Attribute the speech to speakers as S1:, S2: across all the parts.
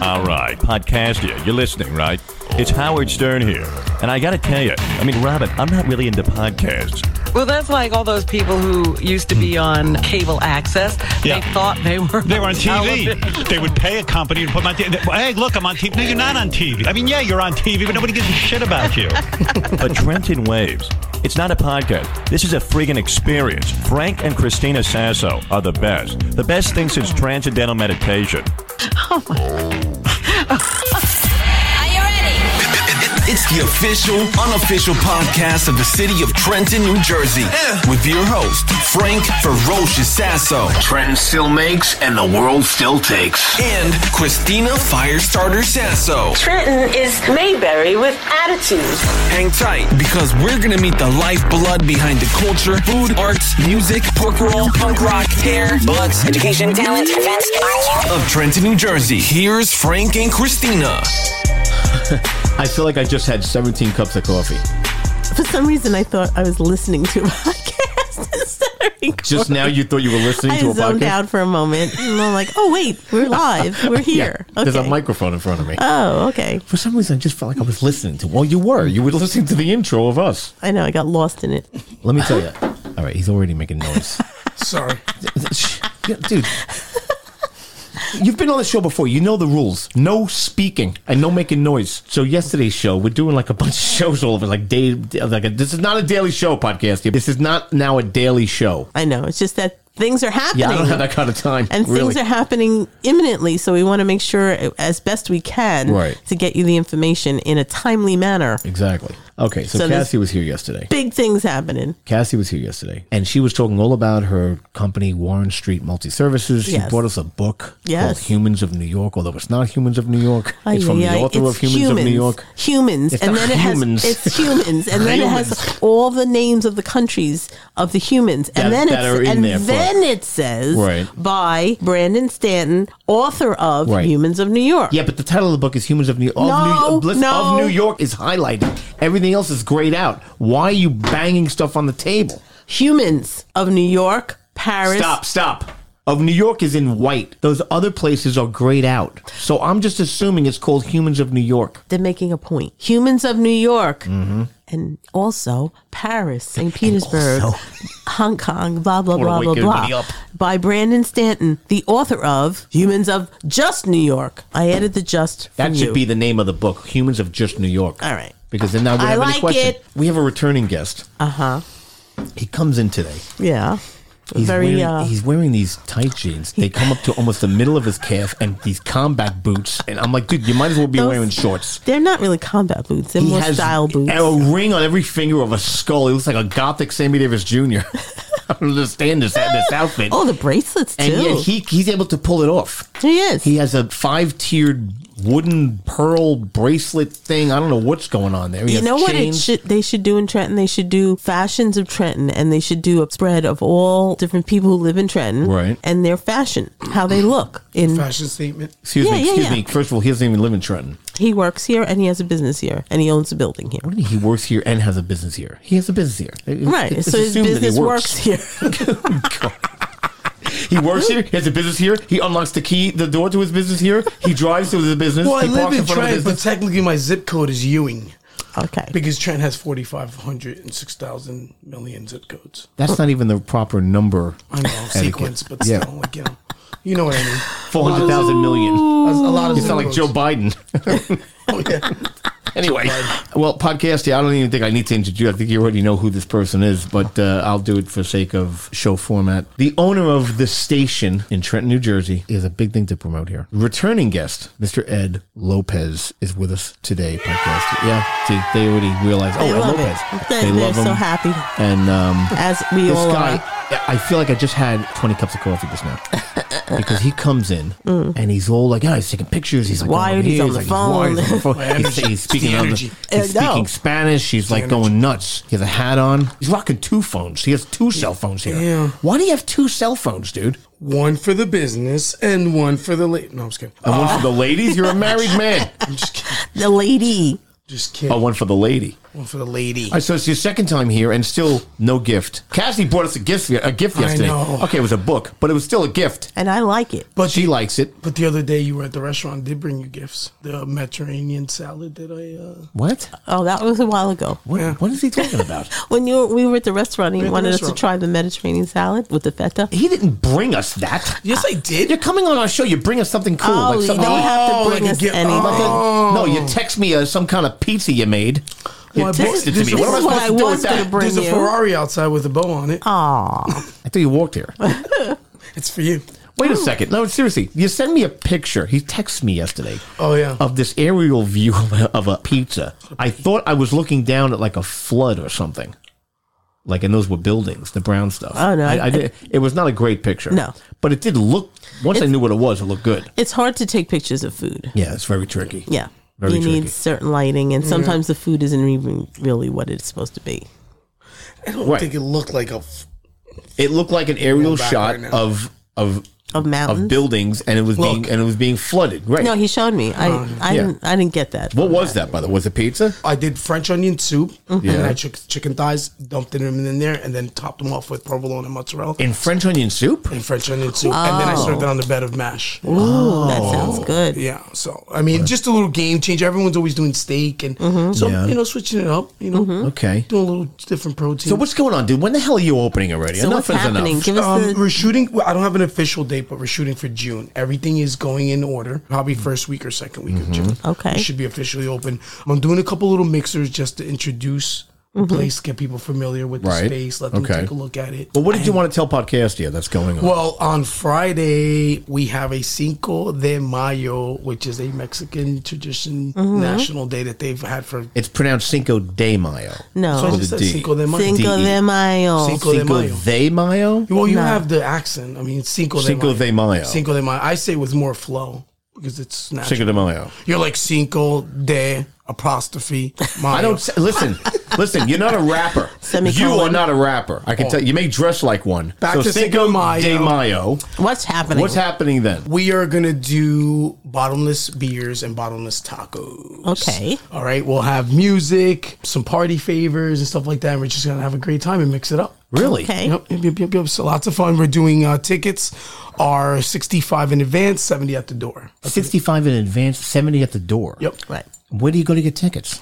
S1: All right, podcast here. You're listening, right? It's Howard Stern here. And I got to tell you, I mean, Robin, I'm not really into podcasts.
S2: Well, that's like all those people who used to be on cable access.
S3: Hmm. Yeah.
S2: They thought they were.
S3: They were on TV.
S2: television.
S3: They would pay a company to put my. Hey, look, I'm on TV. No, you're not on TV. I mean, yeah, you're on TV, but nobody gives a shit about you.
S1: But Trenton Waves, it's not a podcast. This is a friggin' experience. Frank and Christina Sasso are the best. The best thing since transcendental meditation.
S4: Are you ready?
S5: It's the official, unofficial podcast of the city of Trenton, New Jersey, with your host, Frank Ferocious Sasso,
S6: Trenton still makes and the world still takes.
S5: and Christina Firestarter Sasso.
S7: Trenton is Mayberry with attitude.
S5: Hang tight, because we're gonna meet the lifeblood behind the culture, food, arts, music, pork roll, punk rock, hair, butts, education, talent, events, of Trenton, New Jersey. Here's Frank and Christina.
S8: I feel like I just had 17 cups of coffee.
S9: For some reason, I thought I was listening to a podcast instead of recording.
S8: Just now, you thought you were listening
S9: I
S8: to a
S9: zoned
S8: podcast.
S9: out for a moment, and I'm like, "Oh wait, we're live. We're here."
S8: Yeah, There's a
S9: Okay.
S8: microphone in front of me.
S9: Oh, okay.
S8: for some reason, I just felt like I was listening to. Well, you were. You were listening to the intro of us.
S9: I know. I got lost in it.
S8: Let me tell you. All right, he's already making noise.
S10: Sorry.
S8: Shh. Yeah, Dude. You've been on the show before. You know the rules. No speaking and no making noise. So yesterday's show, we're doing like a bunch of shows all over, like day, like a, this is not a daily show podcast. here. This is not now a daily show.
S9: I know. It's just that things are happening.
S8: Yeah, I don't have that kind of time.
S9: and
S8: really.
S9: things are happening imminently, so we want to make sure as best we can
S8: Right.
S9: to get you the information in a timely manner.
S8: Exactly. Okay, so,
S9: So this-
S8: Cassie was here yesterday.
S9: Big things happening.
S8: Cassie was here yesterday, and she was talking all about her company, Warren Street Multi Services. She
S9: Yes.
S8: brought us a book called
S9: Yes.
S8: Humans of New York, although it's not Humans of New York. it's from
S9: Ay,
S8: the
S9: ay,
S8: author
S9: it's
S8: of Humans, of New York.
S9: Humans,
S8: It's
S9: and
S8: not
S9: then
S8: humans.
S9: it has it's humans, and then it has all the names of the countries of the humans, and then
S8: That- that are
S9: it's,
S8: in
S9: and
S8: there for-
S9: then it says
S8: Right.
S9: by Brandon Stanton, author of
S8: Right.
S9: Humans of New York.
S8: Yeah, but the title of the book is Humans of New, of
S9: No,
S8: New, listen, of
S9: no.
S8: New York is highlighted. Everything else is grayed out. Why are you banging stuff on the table?
S9: Humans of New York, Paris.
S8: Stop, stop. Of New York is in white. Those other places are grayed out. So I'm just assuming it's called Humans of New York. Mm-hmm.
S9: They're making a point. Humans of New York. And also Paris, St. Petersburg,
S8: also-
S9: Hong Kong, blah, blah,
S8: Wanna
S9: blah,
S8: wake
S9: blah,
S8: everybody
S9: blah.
S8: up.
S9: By Brandon Stanton, the author of Humans of Just New York. I added the just.
S8: That
S9: from
S8: should
S9: you.
S8: be the name of the book, Humans of Just New York.
S9: All right.
S8: Because then now we
S9: I
S8: have any
S9: like
S8: question.
S9: it.
S8: We have a returning guest.
S9: Uh huh.
S8: He comes in today.
S9: Yeah.
S8: He's
S9: Very,
S8: wearing,
S9: uh,
S8: he's wearing these tight jeans. They come up to almost the middle of his calf and these combat boots. And I'm like, dude, you might as well be
S9: Those-
S8: wearing shorts.
S9: They're not really combat boots, they're
S8: He
S9: more
S8: has
S9: style boots.
S8: a ring on every finger of a skull. He looks like a gothic Sammy Davis Jr. I don't understand this, this outfit.
S9: Oh, the bracelets, too.
S8: and yet he, he's able to pull it off.
S9: He is.
S8: He has a five tiered wooden pearl bracelet thing. I don't know what's going on there. He
S9: you
S8: has
S9: know what it
S8: chains.
S9: should they should do in Trenton? They should do fashions of Trenton and they should do a spread of all different people who live in Trenton
S8: Right.
S9: and their fashion, how they look. In
S10: Fashion statement.
S8: Excuse
S9: Yeah,
S8: me,
S9: yeah,
S8: excuse
S9: yeah.
S8: me. First of all, he doesn't even live in Trenton.
S9: he works here and he has a business here and he owns a building here.
S8: He works here and has a business here. He has a business here. It-
S9: Right.
S8: it's
S9: so his
S8: assumed that he Oh,
S9: business works. here.
S8: He works here. He has a business here. He unlocks the key, the door to his business here. He drives to his business.
S10: Well, I
S8: he
S10: live in
S8: front of
S10: Trenton,
S8: his
S10: but technically my zip code is Ewing
S9: okay.
S10: because Trenton has 4,506,000 million zip codes.
S8: That's not even the proper number.
S10: I know, sequence, but still,
S8: Yeah.
S10: like, you know, you know what I mean.
S8: Four hundred thousand million.
S10: That's a lot of
S8: You sound like Joe Biden.
S10: Oh, yeah.
S8: anyway, well, podcast. Yeah, I don't even think I need to introduce. I think you already know who this person is, but uh, I'll do it for sake of show format. The owner of the station in Trenton, New Jersey, is a big thing to promote here. Returning guest, Mr. Ed Lopez, is with us today. Podcast. Yeah, see, they already realize. Oh,
S9: They
S8: Ed
S9: love
S8: Lopez.
S9: it. They, are so happy.
S8: And um,
S9: As we
S8: this
S9: all
S8: guy,
S9: are.
S8: I feel like I just had 20 cups of coffee just now. because he comes in and he's all like, oh, he's taking pictures. He's, like,
S9: wired, Mm.
S8: over
S9: he's
S8: here,
S9: on the
S8: like, wired, he's on the phone. He's,
S10: energy.
S8: he's speaking,
S10: The
S8: on the,
S10: energy.
S8: he's
S9: I know.
S8: speaking Spanish. He's like going nuts. He has a hat on. He's rocking two phones. He has two cell phones here.
S10: Yeah.
S8: Why do you have two cell phones, dude?
S10: One for the business and one for the late. No, I'm just kidding.
S8: And
S9: Uh.
S8: one for the ladies? You're a married man.
S10: I'm just kidding.
S9: The lady.
S10: Just kidding.
S8: Oh, one for the lady.
S10: one for the lady.
S8: All right, so it's your second time here, and still no gift. Cassie bought us a gift, a gift
S10: I
S8: yesterday.
S10: know.
S8: Okay, it was a book, but it was still a gift.
S9: and I like it.
S8: But she likes it.
S10: But the other day you were at the restaurant, did bring you gifts. The Mediterranean salad that I uh
S8: What?
S9: Oh, that was a while ago.
S8: What, what is he talking about?
S9: When you were, we were at the restaurant, and
S10: We're at
S9: you
S10: the
S9: wanted us to
S10: restaurant.
S9: try the Mediterranean salad with the feta.
S8: he didn't bring us that.
S10: Yes I did.
S8: You're coming on our show. You bring us something cool.
S9: Oh, you
S8: something-
S9: don't have
S10: Oh,
S9: to bring
S10: like a
S9: us
S10: gift-
S9: anything.
S8: Like a- No, you text me uh, some kind of pizza you made. You
S10: Well, I bought-
S8: texted it to
S10: this-
S8: me. What am I
S10: this is what
S8: supposed
S9: I
S8: to do
S9: was
S8: with that?
S9: gonna bring.
S10: There's a
S9: you.
S10: Ferrari outside with a bow on it.
S8: I thought you walked here.
S10: It's for you.
S8: Wait a second. No, seriously. You send me a picture. He texted me yesterday
S10: Oh yeah.
S8: of this aerial view of a, of a pizza. I thought I was looking down at like a flood or something. Like, and those were buildings, the brown stuff.
S9: Oh, no,
S8: I, I
S9: I-
S8: did, it was not a great picture.
S9: No.
S8: But it did look, once I knew what it was, it looked good.
S9: It's hard to take pictures of food.
S8: Yeah, it's very tricky.
S9: Yeah.
S8: Very
S9: you
S8: tricky.
S9: need certain lighting, and sometimes the food isn't even really what it's supposed to be.
S10: I don't
S8: Right.
S10: think it looked like a f-
S8: It looked like an aerial
S10: back
S8: shot
S10: right now.
S8: of, of,
S9: Of mountains.
S8: of buildings and it was
S10: Look.
S8: being and it was being flooded. Right.
S9: No, he showed me. I
S10: Oh,
S9: I,
S8: yeah.
S9: didn't, I didn't get that.
S8: what was that, by the way? Was it pizza?
S10: I did French onion soup, and
S8: Yeah.
S10: I took chicken thighs, dumped them in there, and then topped them off with provolone and mozzarella
S8: In French onion soup?
S10: and French onion soup, and then I served it on the bed of mash.
S9: Ooh, that
S10: Oh.
S9: sounds good.
S10: Yeah, so I mean, just a little game changer. Everyone's always doing steak, and so
S8: Mm-hmm. Yeah. Mm-hmm.
S10: you know, switching it up, you know,
S8: Okay.
S10: doing a little different protein.
S8: So what's going on, dude? When the hell are you opening already?
S9: So
S8: enough
S9: what's
S8: is
S9: happening?
S8: enough.
S9: Give us
S10: um,
S9: the
S10: we're shooting. well, I don't have an official date, but we're shooting for June. Everything is going in order. Probably first week or second week of June.
S9: Okay.
S10: it should be officially open. I'm doing a couple little mixers just to introduce the place, get people familiar with the
S8: Mm-hmm. Right.
S10: space, let them
S8: Okay.
S10: take a look at it.
S8: But what did you want to tell Podcastia that's going on?
S10: Well, on Friday we have a Cinco de Mayo, which is a Mexican tradition national day that they've had for
S8: Mm-hmm. it's pronounced Cinco de Mayo.
S10: So I
S9: no
S8: With
S10: just
S8: a
S10: said
S8: D.
S10: Cinco de Mayo.
S9: Cinco
S8: D E.
S9: de Mayo.
S10: Cinco de Mayo.
S8: de Mayo?
S10: well, you
S9: No.
S10: have the accent. I mean, Cinco de
S8: Cinco
S10: Mayo.
S8: de Mayo.
S10: Cinco de Mayo. I say with more flow because it's natural.
S8: Cinco de Mayo.
S10: You're like Cinco de apostrophe Mayo.
S8: I don't s- listen. listen, you're not a rapper. You
S9: Semicolon.
S8: are not a rapper. I can tell you may dress like one.
S10: Oh. Back to Cinco de Mayo.
S8: de Mayo.
S9: What's happening?
S8: What's happening then?
S10: we are gonna do bottomless beers and bottomless tacos.
S9: Okay.
S10: All right. We'll have music, some party favors, and stuff like that. And we're just gonna have a great time and mix it up.
S8: Really?
S9: Okay.
S10: Yep, yep, yep, yep, yep. So lots of fun. We're doing uh, tickets are 65 in advance, 70 at the door.
S8: 65 in advance, 70 at the door.
S10: Yep.
S9: Right.
S8: Where do you go to get tickets?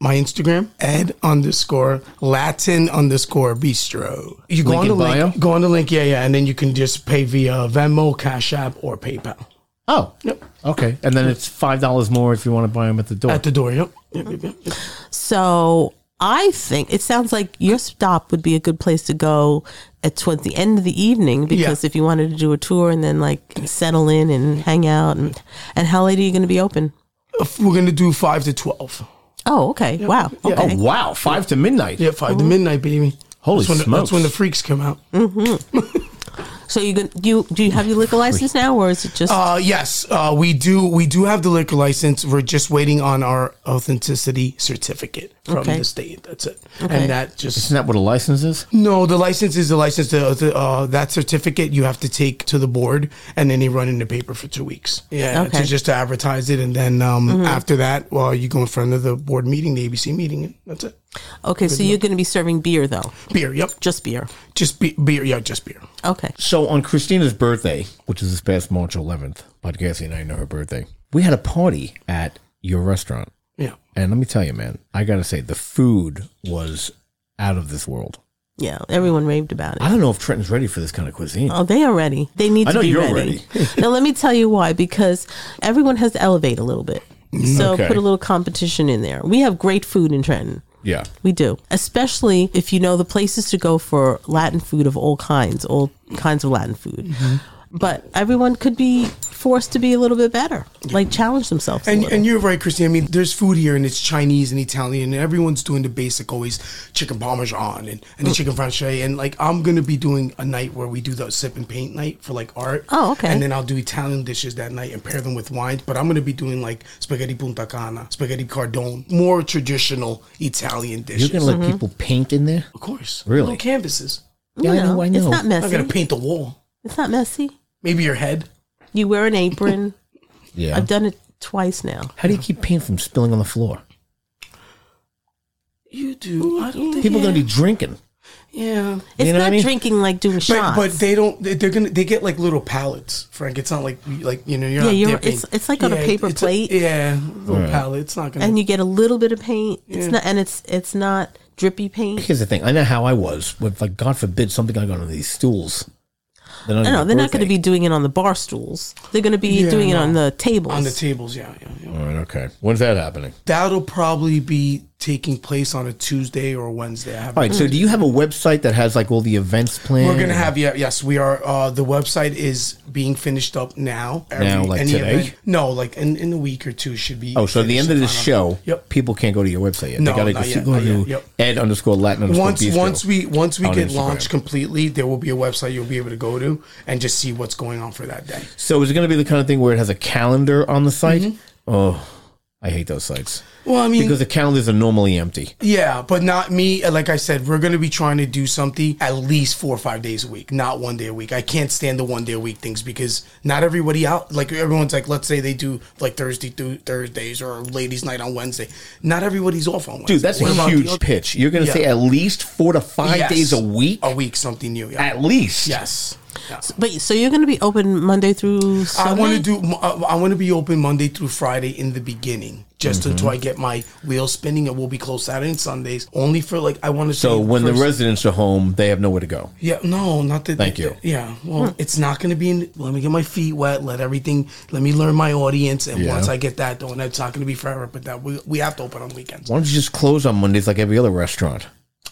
S10: my Instagram, ed underscore Latin underscore bistro. You go
S8: Link
S10: on the
S8: in
S10: link,
S8: bio?
S10: go on the link, yeah, yeah, and then you can just pay via Venmo, Cash App, or PayPal
S8: Oh.
S10: Yep.
S8: Okay. And then it's $5 more if you want to buy them at the door.
S10: at the door. Yep. Yep, yep, yep, yep.
S9: So I think it sounds like your stop would be a good place to go at towards the end of the evening because if you wanted to do a tour and then like settle in and hang out and and how late are you going to be open?
S10: If We're gonna do five to twelve.
S9: Oh, okay. Wow.
S10: Yeah.
S9: Okay.
S8: oh, wow. 5 to midnight.
S10: Yeah, 5 to midnight, baby.
S8: Holy
S10: that's when the,
S8: smokes.
S10: That's when the freaks come out.
S9: So you going you do you have your liquor license now or is it just
S10: Uh, yes, uh, we do. We do have the liquor license. We're just waiting on our authenticity certificate from
S9: Okay.
S10: the state. That's it,
S9: Okay.
S10: and that just
S8: Isn't that what a license is?
S10: No, the license is the license. The, the, uh, that certificate you have to take to the board, and then they run in the paper for two weeks. Yeah,
S9: Okay.
S10: to just to advertise it, and then um,
S8: Mm-hmm.
S10: after that, well, you go in front of the board meeting, the ABC meeting, and that's it.
S9: Okay, so you're going to be serving beer though.
S10: Beer, yep,
S9: Just beer.
S10: just be- beer, yeah, just beer.
S9: Okay.
S8: So on Christina's birthday, which is this past March 11th, Podcasting and I know her birthday, we had a party at your restaurant.
S10: Yeah,
S8: And let me tell you, man, I got to say, the food was out of this world.
S9: Yeah, everyone raved about it.
S8: I don't know if Trenton's ready for this kind of cuisine.
S9: Oh, they are ready. They need
S8: I
S9: to
S8: know
S9: be
S8: you're
S9: ready. now, let me tell you why. Because everyone has to elevate a little bit. So
S8: Okay.
S9: put a little competition in there. We have great food in Trenton.
S8: yeah.
S9: We do, especially if you know the places to go for Latin food of all kinds, all kinds of Latin food.
S8: Mm-hmm.
S9: But everyone could be forced to be a little bit better, like challenge themselves. a
S10: and
S9: little.
S10: and you're right, Christine. I mean, there's food here, and it's Chinese and Italian, and everyone's doing the basic always chicken parmesan and, and the chicken francais, and like I'm gonna be doing a night where we do the sip and paint night for like art.
S9: Oh, okay.
S10: And then I'll do Italian dishes that night and pair them with wines. But I'm gonna be doing like spaghetti punta cana, spaghetti cardone, more traditional Italian
S8: You're
S10: dishes. Mm-hmm.
S8: going to let people paint in there?
S10: of course, Little
S8: Really?
S10: canvases.
S8: Yeah, I know, I know.
S9: It's not
S10: I'm
S9: messy.
S10: gonna paint the wall.
S9: it's not messy.
S10: Maybe your head.
S9: You wear an apron.
S8: Yeah.
S9: I've done it twice now.
S8: How do you keep paint from spilling on the floor?
S10: You do. I don't think
S8: People are going to be drinking.
S10: Yeah,
S9: It's
S8: You know what
S9: not
S8: I mean?
S9: drinking like doing
S10: but,
S9: shots.
S10: but they don't. they- They're gonna. They get like little pallets, Frank. It's not like like you know. You're
S9: Yeah,
S10: not
S9: you're-
S10: dipping.
S9: it's- it's like on a paper
S10: it's
S9: plate.
S10: yeah, little pallet. It's not gonna.
S9: and you get a little bit of paint. It's
S10: Yeah.
S9: not, and it's it's not drippy paint.
S8: Here's the thing. I know how I was. With like, God forbid, something I got on these stools. They're not,
S9: No, they're not going to be doing it on the bar stools. They're going to be
S10: Yeah,
S9: doing it
S10: no.
S9: on the tables.
S10: on the tables, yeah, yeah, yeah.
S8: All right. Okay. When's that happening?
S10: That'll probably be taking place on a Tuesday or a Wednesday. I haven't
S8: All right. So, do you have a website that has like all the events planned?
S10: We're gonna have yeah, yes, we are. Uh, the website is being finished up now.
S8: Now, like today?
S10: event- no, like in, in a week or two should be.
S8: Oh, so at the end of this
S10: finished. I don't know.
S8: show,
S10: Yep.
S8: people can't go to your website yet.
S10: No,
S8: they gotta
S10: not
S8: just
S10: yet,
S8: go
S10: not
S8: to
S10: yet, yep.
S8: Ed underscore Latin underscore
S10: Once
S8: Bistro.
S10: once we once we
S8: on
S10: get
S8: Instagram.
S10: launched completely, there will be a website you'll be able to go to and just see what's going on for that day.
S8: So is it going to be the kind of thing where it has a calendar on the site? Oh, I hate those sites
S10: Mm-hmm. Well, I mean,
S8: because the calendars are normally empty.
S10: yeah, but not me. Like I said, we're gonna be trying to do something at least four or five days a week, not one day a week. I can't stand the one day a week things because not everybody out. Like everyone's like, let's say they do like Thursday through Thursdays or ladies' night on Wednesday. Not everybody's off on Wednesday.
S8: Dude, that's
S10: What
S8: a
S10: about the
S8: huge
S10: other-
S8: pitch. You're going to
S10: Yeah.
S8: say at least four to five
S10: Yes.
S8: days a week.
S10: A week, something new. Yeah.
S8: At least.
S10: yes. Yeah.
S9: but so you're going to be open Monday through Sunday.
S10: I want to do. uh, I want to be open Monday through Friday in the beginning, just until
S8: Mm-hmm.
S10: I get my wheels spinning, and we'll be closed Saturday and Sundays only for like I want to.
S8: So when the residents are home, they have nowhere to go.
S10: yeah, no, not that.
S8: Thank you.
S10: Yeah, well, it's not going to be. in Let me get my feet wet. Let everything. Let me learn my audience, and
S8: Yeah.
S10: once I get that done, it's not going to be forever. But that we, we have to open on weekends.
S8: Why don't you just close on Mondays like every other restaurant,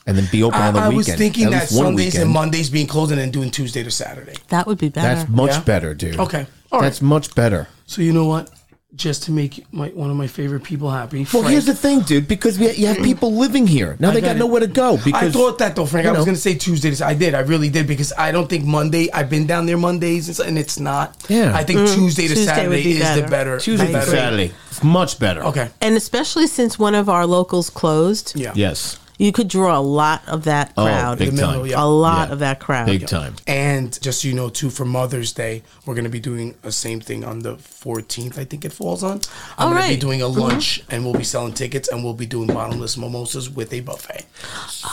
S8: and then be open
S10: I,
S8: on the
S10: I
S8: weekend?
S10: was thinking
S8: at
S10: that
S8: least one
S10: Sundays and
S8: weekend.
S10: Mondays being closed, and then doing Tuesday to Saturday.
S9: That would be better.
S8: That's much
S10: Yeah.
S8: better, dude.
S10: Okay. All right.
S8: that's much better.
S10: So you know what? Just to make my one of my favorite people happy.
S8: Well,
S10: Frank.
S8: here's the thing, dude. Because we, you have people living here now, they got,
S10: got it.
S8: nowhere to go. Because
S10: I thought that though, Frank.
S8: you
S10: I
S8: know.
S10: was going to say Tuesday. I did. I really did because I don't think Monday. I've been down there Mondays, and s- and it's not.
S8: Yeah.
S10: I think Tuesday to
S9: Tuesday would
S10: Saturday
S9: be
S10: is the
S9: better.
S10: better.
S8: Tuesday
S10: the
S8: through
S10: better.
S8: Saturday, it's much better.
S10: Okay.
S9: and especially since one of our locals closed,
S10: Yeah.
S8: Yes.
S9: you could draw a lot of that
S8: Oh,
S9: crowd.
S8: big
S10: The middle,
S8: time.
S10: yeah.
S9: A lot
S8: Yeah.
S9: of that crowd.
S8: Big time.
S10: And just so you know, too, for Mother's Day, we're going to be doing the same thing on the 14th. I think it falls on. I'm
S9: All
S10: going to
S9: right.
S10: be doing a
S8: Mm-hmm.
S10: lunch, and we'll be selling tickets, and we'll be doing bottomless mimosas with a buffet.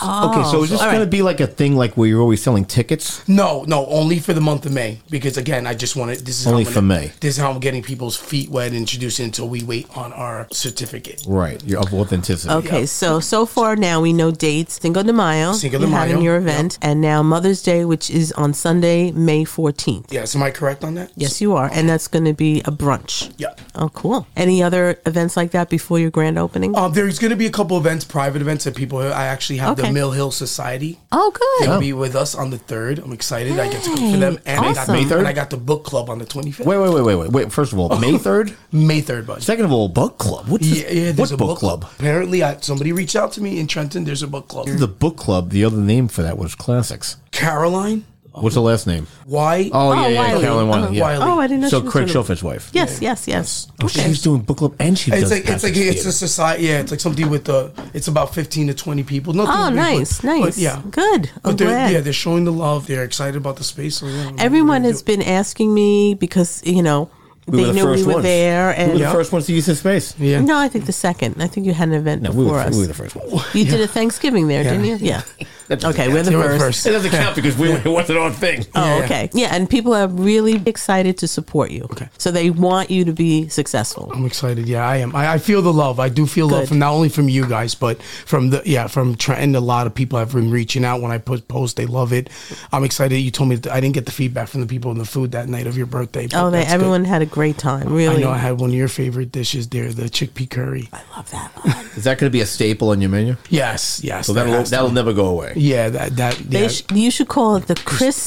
S8: okay, so is this going to be like a thing like where you're always selling tickets?
S10: No, no, only for the month of May because again, I just want to. This is
S8: Only
S10: how I'm
S8: for
S10: gonna-
S8: May.
S10: This is how I'm getting people's feet wet, and introducing until we wait on our certificate.
S8: Right. You're of authenticity.
S9: Okay, so so far now we know dates. Cinco de Mayo,
S10: Cinco de
S9: you're having
S10: Mayo,
S9: your event, and now Mother's Day, which is on Sunday, May fourteenth.
S10: Yes, am I correct on that?
S9: Yes, you are, and that's going to be a brunch.
S10: Yeah.
S9: Oh, cool. Any other events like that before your grand opening?
S10: Um, there's going to be a couple events, private events that people. I actually have the
S9: Okay.
S10: Mill Hill Society.
S9: oh, good.
S10: They'll be with us on the third. I'm excited. I get to cook for them, and
S9: Awesome.
S10: I
S9: May
S10: got the,
S8: 3rd?
S10: and I got the book club on the 25th.
S8: Wait, wait, wait, wait, wait, wait. First of all, May third.
S10: May third, bud.
S8: Second of all, book club. What's this-
S10: Yeah, yeah. There's
S8: what
S10: a
S8: book, club?
S10: Apparently, I, somebody reached out to me in Trenton. There's a book club.
S8: The book club. The other name for that was classics.
S10: Caroline,
S8: What's the last name?
S10: why?
S8: Oh,
S9: Oh,
S8: yeah, yeah,
S9: Wiley.
S8: Caroline Wiley. yeah.
S10: Wiley.
S9: Oh, I didn't know.
S8: So
S9: she was
S8: Craig
S9: doing a-
S8: Schofield's wife.
S9: Yes, yes, yes.
S8: Oh, she was doing book club and she
S10: It's
S8: does.
S10: like it's like
S8: classics
S10: it's
S8: theater.
S10: a society. Yeah, it's like something with the. It's about fifteen to twenty people. Nothing
S9: Oh,
S10: big, but-
S9: nice,
S10: but
S9: nice.
S10: yeah,
S9: Good. I'm
S10: But they're
S9: glad.
S10: yeah they're showing the love. They're excited about the space. So yeah,
S9: Everyone has been asking me because you know
S8: We were
S9: they
S8: the
S9: knew we
S8: first
S9: were
S8: ones.
S9: there,
S8: We were
S9: and
S8: the first ones to use this space.
S10: Yeah.
S9: no, I think the second. I think you had an event
S8: No,
S9: before
S8: we were,
S9: us.
S8: we were the first ones.
S9: You did a Thanksgiving there, didn't you? Yeah. okay, we're the
S10: They were the
S9: first.
S10: first.
S8: It doesn't count because we it wasn't our thing.
S9: Oh,
S10: Yeah.
S9: okay. Yeah, and people are really excited to support you. Okay. So they want you to be successful.
S10: I'm excited. Yeah, I am. I, I feel the love. I do feel love
S9: Good.
S10: from not only from you guys, but from the yeah from Trenton. A lot of people have been reaching out when I put post. They love it. I'm excited. You told me that I didn't get the feedback from the people in the food that night of your birthday. but
S9: Oh, they,
S10: that's good.
S9: everyone had a great time.
S10: I
S9: Really.
S10: know I had one of your favorite dishes there, the chickpea curry.
S9: I love that one.
S8: Is that going to be a staple on your menu?
S10: Yes, yes.
S8: So
S10: that
S8: that'll
S10: has to
S8: that'll
S10: be-
S8: never go away.
S10: yeah, that that
S9: They
S10: yeah.
S9: sh- you should call it the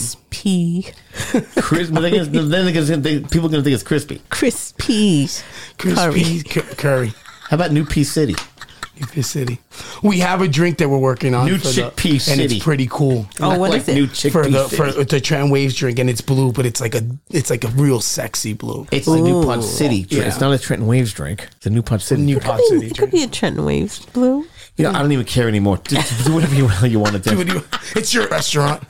S9: crispy,
S8: Crisp, but they're gonna- then they're gonna think- they- people are going to think it's crispy.
S9: crispy.
S10: crispy cu- curry.
S8: How about New Pea City?
S10: This city. We have a drink that we're working on.
S8: New
S10: for the-
S8: chickpea
S10: And
S8: city.
S10: it's pretty cool.
S9: Oh, what is it?
S8: New chickpea
S10: for the for
S8: City.
S10: the Tran Waves drink, and it's blue, but it's like a it's like a real sexy blue.
S8: it's the New Pod
S9: Ooh.
S8: City. drink.
S10: Yeah.
S8: It's not a Trenton Waves drink. It's a New Pod City.
S10: New
S8: drink.
S10: Pod
S9: I mean,
S10: City
S9: it could
S10: drink.
S9: be a Trenton Waves blue.
S8: You know, I don't even care anymore. Do, do whatever you, you want to do.
S10: What do you- It's your restaurant.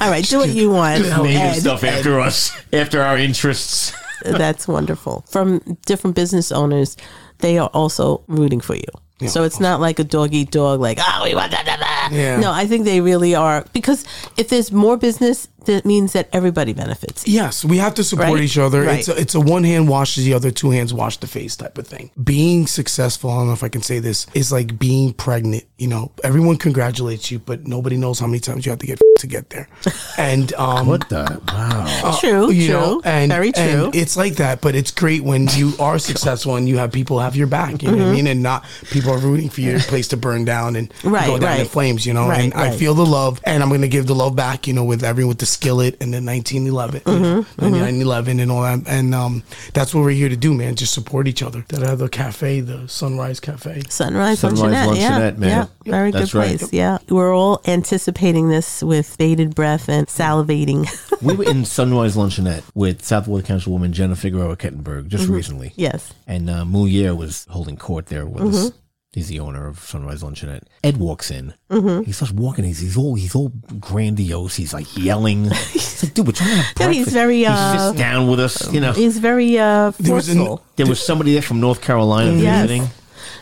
S9: All right, do what you want.
S8: Just name
S9: Ed.
S8: yourself after us, after our interests.
S9: That's wonderful. From different business owners, they are also rooting for you. So it's not like a dog eat dog, like, oh, we want that. that, that."
S10: Yeah.
S9: No, I think they really are. Because if there's more business, that means that everybody benefits.
S10: Yes, we have to support
S9: Right?
S10: each other.
S9: Right.
S10: It's a, it's a one hand washes the other, two hands wash the face type of thing. Being successful, I don't know if I can say this, is like being pregnant. You know, everyone congratulates you, but nobody knows how many times you have to get to get there. And um,
S8: What the? Wow.
S10: uh,
S9: True,
S10: you
S9: true.
S10: know, and
S9: Very
S10: and
S9: true.
S10: it's like that, but it's great when you are successful and you have people have your back. You know what
S9: Mm-hmm.
S10: I mean? And not people are rooting for your place to burn down and
S9: Right,
S10: go down in
S9: right.
S10: flames. You know,
S9: Right,
S10: and I
S9: right.
S10: feel the love, and I'm going to give the love back. You know, with everyone with the skillet and the 1911, you
S9: Mm-hmm,
S10: know, 1911 and all that. And um, that's what we're here to do, man. Just support each other. That other cafe, the Sunrise Cafe.
S9: Sunrise,
S8: Sunrise
S9: Sunrise
S8: Luncheonette,
S9: yeah,
S8: man.
S9: Yeah, very
S8: That's
S9: good
S8: right.
S9: place. Yeah, we're all anticipating this with bated breath and salivating.
S8: we were in Sunrise Luncheonette with South Florida Councilwoman Jenna Figueroa Kettenberg just
S9: Mm-hmm.
S8: recently.
S9: yes.
S8: And uh, Moulier was holding court there with us.
S9: Mm-hmm.
S8: He's the owner of Sunrise Luncheonette. Ed walks in.
S9: Mm-hmm.
S8: He starts walking. He's, he's all he's all grandiose. He's like yelling. It's like, dude, we're trying to have
S9: Yeah, he's
S8: breakfast."
S9: very,
S8: he
S9: uh,
S8: sits down with us. You know,
S9: He's very uh,
S10: There was an-
S9: forceful.
S8: there was somebody there from North Carolina
S9: Yes.
S8: visiting.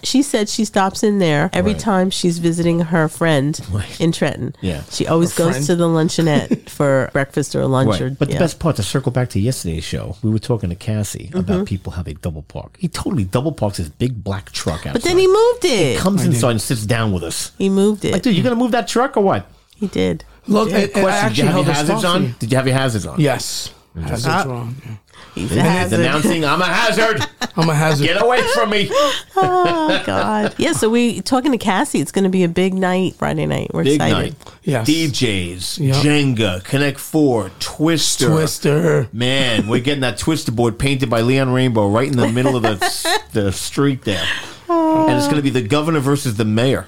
S9: She said she stops in there every
S8: Right.
S9: time she's visiting her friend
S8: Right.
S9: in Trenton.
S8: Yeah.
S9: She always goes
S10: friend.
S9: to the luncheonette for breakfast or lunch or
S8: Right. But
S9: yeah.
S8: the best part to circle back to yesterday's show, we were talking to Cassie
S9: Mm-hmm.
S8: about people how they double park. He totally double parks his big black truck outside.
S9: But then he moved it.
S8: comes inside and sits down with us.
S9: he moved it.
S8: Like, dude, you gonna move that truck or what?
S9: he did.
S10: Look, and- and I
S8: Did you
S10: actually
S8: have
S10: held
S8: your
S10: this
S8: hazards
S10: thought for
S8: on?
S10: you.
S8: Did you have your hazards on?
S10: Yes. Hazard's
S9: Ah.
S10: wrong. Yeah.
S9: He's a
S8: Isn't it
S9: hazard.
S8: announcing, I'm a hazard.
S10: I'm a hazard.
S8: Get away from me.
S9: Oh God. Yeah. So we talking to Cassie. It's going to be a big night Friday night. We're
S8: Big
S9: excited.
S8: night.
S10: Yes.
S8: DJs,
S10: Yep.
S8: Jenga, Connect Four, Twister.
S10: Twister.
S8: Man, we're getting that Twister board painted by Leon Rainbow right in the middle of the, the street there. And it's going to be the governor versus the mayor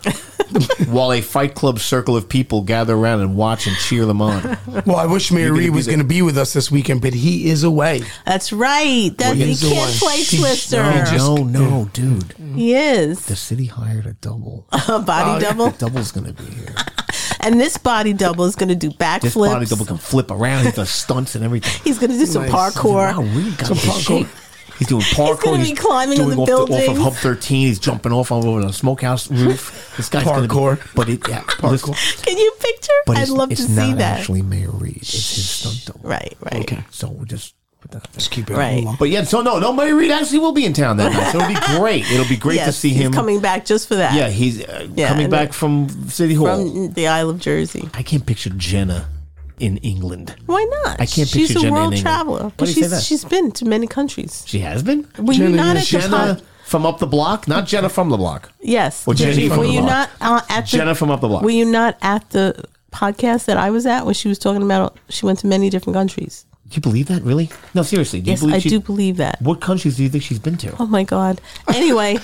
S8: while a fight club circle of people gather around and watch and cheer them on.
S10: Well, I wish Mayor
S8: gonna
S10: Reed
S8: be
S10: was
S8: there.
S10: going to be with us this weekend, but he is away.
S9: That's right. That
S10: Well,
S9: he
S10: he's the
S9: can't
S10: one.
S9: play
S10: He's-
S9: Twister.
S10: no, just-
S8: no, no, dude.
S9: he is
S8: The city hired a double.
S9: a body double,
S8: The double's going to be here.
S9: and this body double is going to do
S8: This body double
S9: backflips.
S8: can flip around. He does stunts and everything.
S9: He's going to do some
S10: Nice.
S9: parkour.
S8: Wow, really got
S10: Some
S8: his
S10: parkour.
S8: shape. He's doing parkour.
S9: gonna be climbing on
S8: doing
S9: the
S8: off off of
S9: buildings.
S8: Hub 13. He's jumping off over the smokehouse roof. This guy's gonna be-
S10: Parkour.
S8: but it, yeah, parkour.
S9: Can you picture?
S8: But
S9: I'd
S8: it's,
S9: love to
S8: it's
S9: see
S8: not
S9: that.
S8: actually Mayor Reed. It's his stunt double.
S9: right. Right.
S8: So we'll just put that. Out there.
S10: Just keep it
S9: Right.
S10: along.
S8: But yeah, so no, no, Mayor Reed actually will be in town that night. So it'll be great. It'll be great to
S9: Yes,
S8: see
S9: he's
S8: him
S9: coming back just for that.
S8: Yeah, he's uh,
S9: Yeah,
S8: coming
S9: and
S8: back
S9: then-
S8: from City Hall.
S9: from the Isle of Jersey.
S8: I can't picture Jenna in England.
S9: Why not?
S8: I can't
S9: She's
S8: picture
S9: a
S8: Jenna in
S9: world
S8: England.
S9: traveler.
S8: Why do you say
S9: she's
S8: that?
S9: she's been to many countries.
S8: She has been.
S9: Were you
S10: Jenna
S9: not at
S10: is-
S9: the
S8: Jenna
S9: pod?
S8: from up the block, not Jenna from the block.
S9: Yes.
S8: Or Jenny from
S9: were
S8: the
S9: you
S8: block.
S9: not uh, at the,
S8: Jenna from up the block.
S9: Were you not at the podcast that I was at when she was talking about she went to many different countries?
S8: Do you believe that? Really? No, seriously. Do you
S9: Yes,
S8: believe
S9: I
S8: she,
S9: do believe that.
S8: What countries do you think she's been to?
S9: Oh my god. Anyway,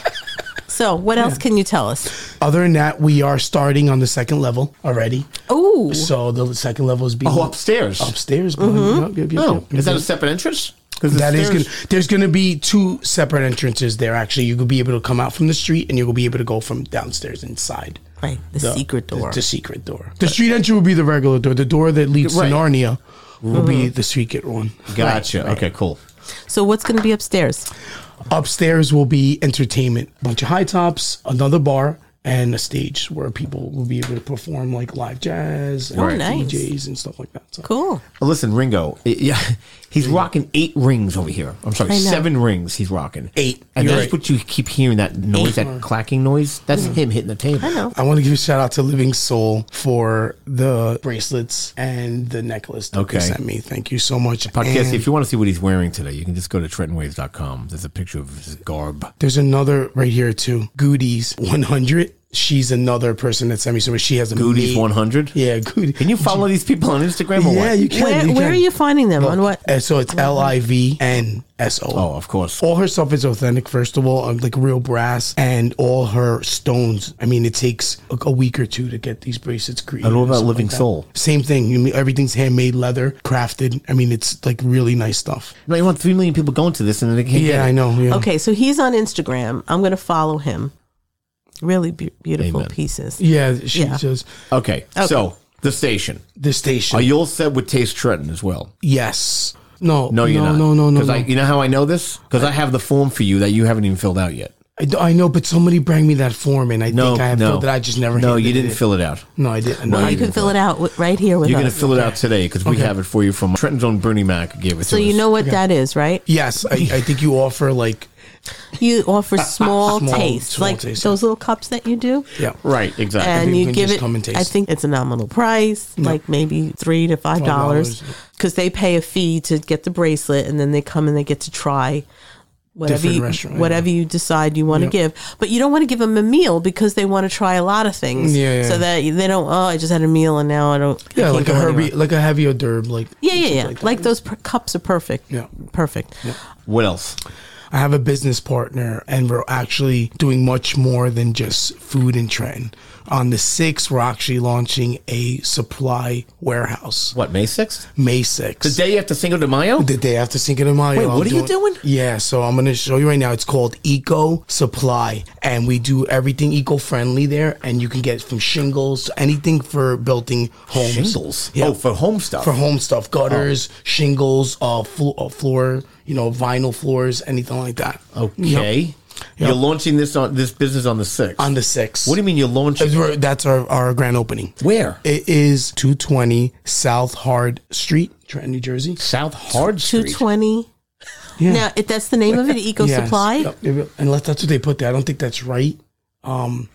S9: so what else can you tell us?
S10: Other than that, we are starting on the second level already.
S9: Oh,
S10: So the second level is being
S8: Oh, upstairs.
S10: upstairs. bud.
S9: Mm-hmm.
S10: Yep, yep, yep,
S8: Oh,
S10: yep,
S8: is that a
S10: yep.
S8: separate entrance? Because
S10: That is gonna, there's going to be two separate entrances there. Actually, you will be able to come out from the street, and you will be able to go from downstairs inside
S9: right, the, secret door.
S10: The, secret door. The street entry will be the regular door. The door that leads
S8: Right.
S10: to Narnia will
S9: Mm-hmm.
S10: be the secret one.
S8: Gotcha. Okay, cool.
S9: so what's going to be upstairs?
S10: Upstairs will be entertainment, bunch of high tops, another bar, and a stage where people will be able to perform like live jazz and
S9: Oh, nice.
S10: DJs and stuff like that. So
S9: Cool.
S8: Well, listen, Ringo. i- Yeah, he's rocking eight rings over here. I'm sorry,
S9: I know.
S8: seven rings. He's rocking
S10: Eight.
S8: and
S10: You're
S8: that's
S10: right.
S8: what you keep hearing that noise, that clacking noise. That's him hitting the table.
S9: Mm. I know.
S10: I want to give a shout out to Living Soul for the bracelets and the necklace that
S8: Okay.
S10: they sent me. Thank you so much.
S8: Podcast.
S10: And
S8: If you want to see what he's wearing today, you can just go to TrentonWaves.com. There's a picture of his garb.
S10: there's another right here too. Goodies 100. She's another person that sent me so much. She has a
S8: Goody's
S10: ma-
S8: 100.
S10: Yeah, Goody.
S8: Can you follow these people on Instagram or
S10: Yeah,
S8: what?
S10: you can.
S9: Where, where
S10: can.
S9: are you finding them? On what?
S10: And so it's L I V N S O.
S8: Oh, of course.
S10: all her stuff is authentic first of all um, like real brass and all her stones i mean it takes like a week or two to get these bracelets created
S8: And what about
S10: stuff
S8: Living
S10: that.
S8: Soul?
S10: same thing you mean everything's handmade leather crafted i mean it's like really nice stuff
S8: No, you want three million people going to this, and they can't.
S10: yeah
S8: get it.
S10: i know yeah.
S9: Okay, so he's on Instagram. I'm going to follow him. Really be- beautiful
S8: Amen.
S9: pieces.
S10: yeah she
S9: Yeah.
S10: says
S8: Okay, so the station.
S10: the station
S8: Are you all set with Taste Trenton as well?
S10: yes no
S8: No, you're
S10: no,
S8: not.
S10: no no no
S8: Because
S10: no
S8: you know how I know this because I have the form for you that you haven't even filled out yet.
S10: I, d- I know, but somebody bring me that form, and I
S8: No,
S10: think I have
S8: no.
S10: filled it. I just never.
S8: No,
S10: handed
S8: you didn't
S10: in.
S8: fill it out.
S10: No, I didn't.
S8: No,
S10: No,
S8: you
S10: I
S9: You
S10: didn't.
S9: can fill it out wi- right here with
S8: You're going
S9: us.
S8: to fill it out today because we
S10: Okay.
S8: have it for you from Trenton's own Bernie Mac gave it
S9: so
S8: to
S9: you
S8: us.
S9: know what that is, right?
S10: Yes, I, I think you offer like
S9: You offer small,
S10: Small-
S9: tastes,
S10: small
S9: like
S10: tastes.
S9: those little cups that you do.
S10: yeah.
S8: Right, exactly.
S9: and
S10: people
S9: you
S10: can
S9: give
S10: just
S9: it
S10: come and taste
S9: i
S10: it.
S9: think it's a nominal price like maybe three to five dollars
S10: $5,
S9: because they pay a fee to get the bracelet and then they come and they get to try whatever
S10: Different
S9: you,
S10: restaurant, yeah.
S9: whatever you decide you want to give but you don't want to give them a meal because they want to try a lot of things
S10: Yeah, yeah.
S9: so that they don't oh i just had a meal and now i don't I
S10: Yeah,
S9: can't
S10: like a
S9: go anywhere."
S10: herby, like a heavy hors d'oeuvre. Like
S9: yeah yeah yeah
S10: like
S9: like,
S10: that.
S9: those per- cups are perfect
S10: Yeah.
S9: perfect
S8: what else?
S10: I have a business partner, and we're actually doing much more than just food and trend. On the sixth, we're actually launching a supply warehouse.
S8: What, May 6th?
S10: May sixth,
S8: The day after Cinco de Mayo?
S10: the day after Cinco de Mayo.
S8: Wait,
S10: I'm
S8: what are you doing?
S10: Yeah, so I'm gonna show you right now. It's called Eco Supply, and we do everything eco-friendly there. And you can get from shingles, anything for building homes.
S8: Shingles?
S10: Yeah.
S8: Oh, for home stuff.
S10: for home stuff, gutters, shingles, uh, flo- uh, floor, you know, vinyl floors, anything like that.
S8: Okay. You're launching this on this business on the 6th.
S10: On the sixth.
S8: What do you mean you're launching?
S10: That's where- That's our, our grand opening.
S8: Where?
S10: It is 220 South Hard Street, Trenton, New Jersey.
S8: South Hard Street.
S9: 220
S10: Yeah.
S9: now it, that's the name of it eco
S10: Yes.
S9: supply
S10: Yep, yep, yep. Unless that's what they put there. I don't think that's right. Um,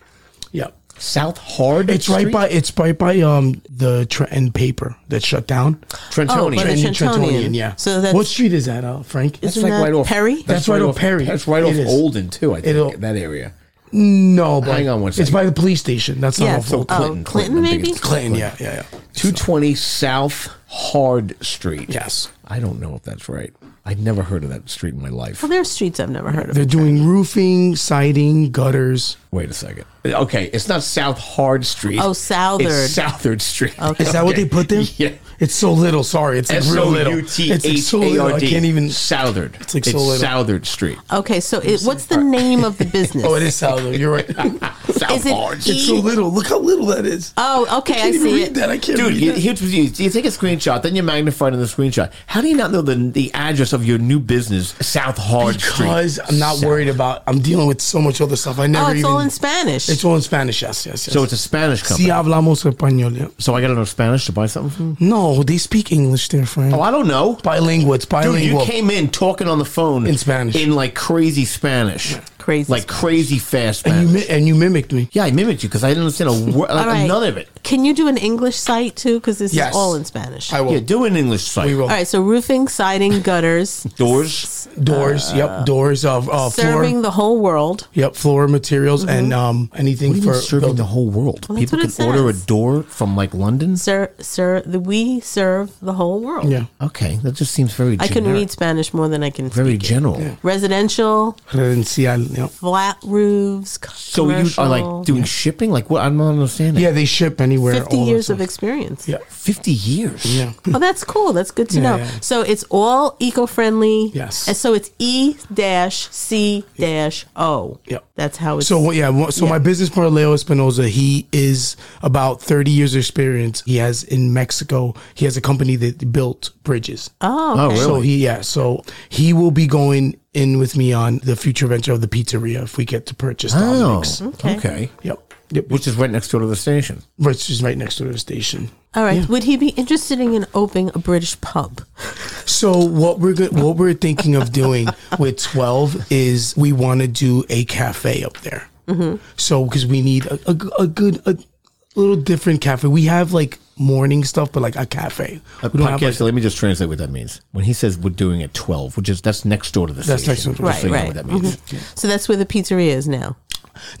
S10: yeah.
S8: South Hard
S10: It's right by it's right by um the Trenton paper that shut down.
S9: Oh, by the
S8: Trentonian.
S10: Trenton,
S9: Trentonian.
S10: Trentonian, yeah.
S9: So that's-
S10: what street is that, uh, Frank?
S9: It's- Isn't that Perry?
S10: That's right off Perry.
S8: That's right off
S10: It is.
S8: Olden too. I think
S10: It'll-
S8: that area.
S10: no, but
S8: Hang on one
S10: It's
S8: second.
S10: by the police station. That's
S9: Yeah.
S10: not off Old
S9: Oh,
S10: Clinton.
S9: Clinton, maybe?
S10: Clinton, yeah, yeah, yeah.
S8: Two twenty South Hard Street.
S10: Yes.
S8: I don't know if that's right. I'd never heard of that street in my life.
S9: well there's streets i've never heard of
S10: They're doing roofing, siding, gutters.
S8: Wait a second. Okay, it's not South Hard Street.
S9: Oh, Southard.
S8: It's Southard Street.
S10: Is that what
S8: Okay.
S10: they put there?
S8: Yeah.
S10: It's so little. Sorry, it's like
S8: S
S10: real
S8: O
S10: little.
S8: U
S10: It's
S8: T
S10: like
S8: H
S10: so
S8: A
S10: little.
S8: R
S10: I
S8: D.
S10: can't even.
S8: Southard.
S10: It's like so little.
S8: Southard Street.
S9: Okay, so it, what's the name of the business?
S10: Oh, it is solid. You're right.
S8: South
S9: Is it E?
S8: Hard Street.
S10: it's so little. Look how little that is.
S9: Oh, okay, I,
S10: can't even
S9: see
S10: read
S9: it.
S10: that. I can't
S8: Dude,
S10: read
S8: you,
S10: that.
S8: here's what you, do. you take a screenshot, then you magnify it in the screenshot. How do you not know the the address of your new business, South Hard Street?
S10: because I'm not
S8: South.
S10: worried about. I'm dealing with so much other stuff. I never
S9: Oh, it's
S10: even.
S9: all in Spanish.
S10: It's all in Spanish. Yes, yes. yes.
S8: So it's a Spanish company.
S10: Si hablamos español. yeah.
S8: so I got to know Spanish to buy something from.
S10: No, they speak English there, Frank.
S8: Oh, I don't know.
S10: bilingual. It's Hmm. bilingual.
S8: Dude, you came in talking on the phone
S10: In Spanish.
S8: in like crazy Spanish,
S9: Crazy
S8: like crazy fast Spanish.
S10: and you mi- and you mimicked me.
S8: yeah, I mimicked you because I didn't understand a word, like
S9: All right.
S8: none of it.
S9: Can you do an English site too? Because this
S10: Yes.
S9: is all in Spanish.
S10: I will.
S8: Yeah, do an English site.
S10: we will.
S9: all right, so roofing, siding, gutters,
S8: Doors.
S10: Doors. yep. Doors of uh,
S9: serving Mm-hmm.
S10: floor.
S9: the whole world.
S10: Yep. Floor materials and um anything
S8: What do you
S10: for
S8: mean serving
S10: building.
S8: the whole world?
S9: Well, that's
S8: People
S9: what
S8: can
S9: it
S8: order a
S9: says.
S8: door from like London.
S9: Sir, sir, the, we serve the whole world.
S10: Yeah.
S8: Okay, that just seems very.
S9: I can
S8: generic,
S9: read Spanish more than I can.
S8: Very
S9: speak it.
S8: general.
S9: Residential,
S10: Credencial. Yep.
S9: flat roofs. c-
S8: So you
S9: commercial.
S8: are like doing shipping? Like what? I'm not understanding.
S10: Yeah, they ship anywhere.
S9: fifty
S10: all
S9: years of
S10: stuff.
S9: experience.
S10: Yeah.
S8: fifty years.
S10: Yeah.
S9: Oh, that's cool. That's good to
S10: Yeah,
S9: know.
S10: yeah.
S9: So it's all eco-friendly.
S10: Yes.
S9: And so it's E dash C dash O.
S10: Yeah.
S9: That's how it's.
S10: So what- yeah, what- so my business partner Leo Espinoza, he is about 30 years experience. He has in Mexico. He has a company that built bridges.
S9: oh,
S8: Oh,
S9: okay.
S8: really?
S10: So he yeah, so he will be going in with me on the future venture of the pizzeria if we get to purchase
S8: Oh,
S10: Dominic's.
S9: Okay.
S8: okay.
S10: Yep. Yep.
S8: Which is right next door to the station.
S10: Which is right next to the station.
S9: All right. Would he be interested in opening a British pub?
S10: So what we're go- what we're thinking of doing with twelve is we want to do a cafe up there.
S9: Mm-hmm.
S10: So because we need a, a g- a good a little different cafe. We have like morning stuff, but like a cafe.
S8: Uh,
S10: we don't have like,
S8: podcast, let me just translate what that means. When he says we're doing at twelve, which is that's next door to the
S10: That's next
S8: station.
S10: door to
S8: just
S9: the
S8: so you know
S9: station.
S8: what that means.
S9: So that's where the pizzeria is now.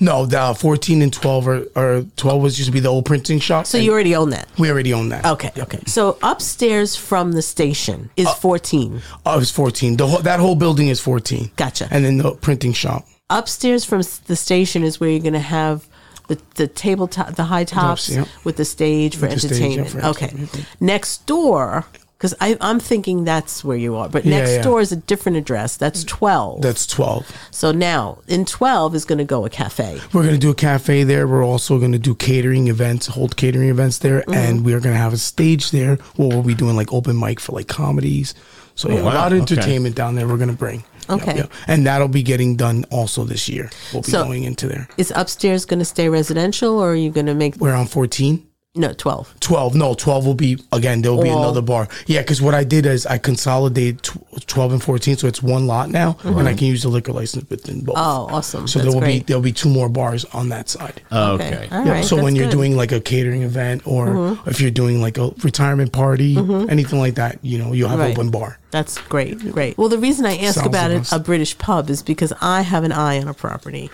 S10: no the fourteen and twelve or or twelve was used to be the old printing shop.
S9: So
S10: and
S9: you already own that.
S10: we already own that.
S9: Okay. Okay. So upstairs from the station is
S10: Uh,
S9: 14.
S10: Oh, it's fourteen. The whole, that whole building is fourteen.
S9: Gotcha.
S10: And then the printing shop.
S9: Upstairs from s- the station is where you're going to have the, the tabletop, the high tops
S10: yeah.
S9: with the stage for
S10: With the stage, yeah,
S9: entertainment.
S10: for
S9: Okay.
S10: entertainment.
S9: Next door, because I'm thinking that's where you are, but
S10: Yeah,
S9: next
S10: yeah.
S9: door is a different address. That's 12.
S10: That's twelve.
S9: so now in 12 is going to go a cafe.
S10: We're going to do a cafe there. We're also going to do catering events, hold catering events there,
S9: Mm-hmm.
S10: and we're going to have a stage there where we'll be doing like open mic for like comedies. So yeah, a
S8: Oh, wow.
S10: lot of
S8: Okay.
S10: entertainment down there. We're going to bring.
S9: Okay.
S10: And that'll be getting done also this year. We'll be
S9: So-
S10: going into there.
S9: Is upstairs going to stay residential or are you going to make
S10: We're on 14.
S9: no 12?
S10: 12 no 12 will be again there'll be
S9: All.
S10: another bar yeah because what i did is i consolidated tw- 12 and 14 so it's one lot now and i can use the liquor license within both
S9: Mm-hmm. Oh, awesome.
S10: so
S9: That's
S10: there will be
S9: great.
S10: there'll be two more bars on that side
S8: Okay.
S9: All
S10: Yeah,
S9: right.
S10: so when you're
S9: that's good. Mm-hmm.
S10: doing like a catering event or if you're doing like a retirement party anything like that you know you'll have
S9: Right.
S10: open bar
S9: That's great, great. Well, the reason I ask
S10: Sounds
S9: about
S10: the
S9: it,
S10: best.
S9: a British pub is because I have an eye on a property,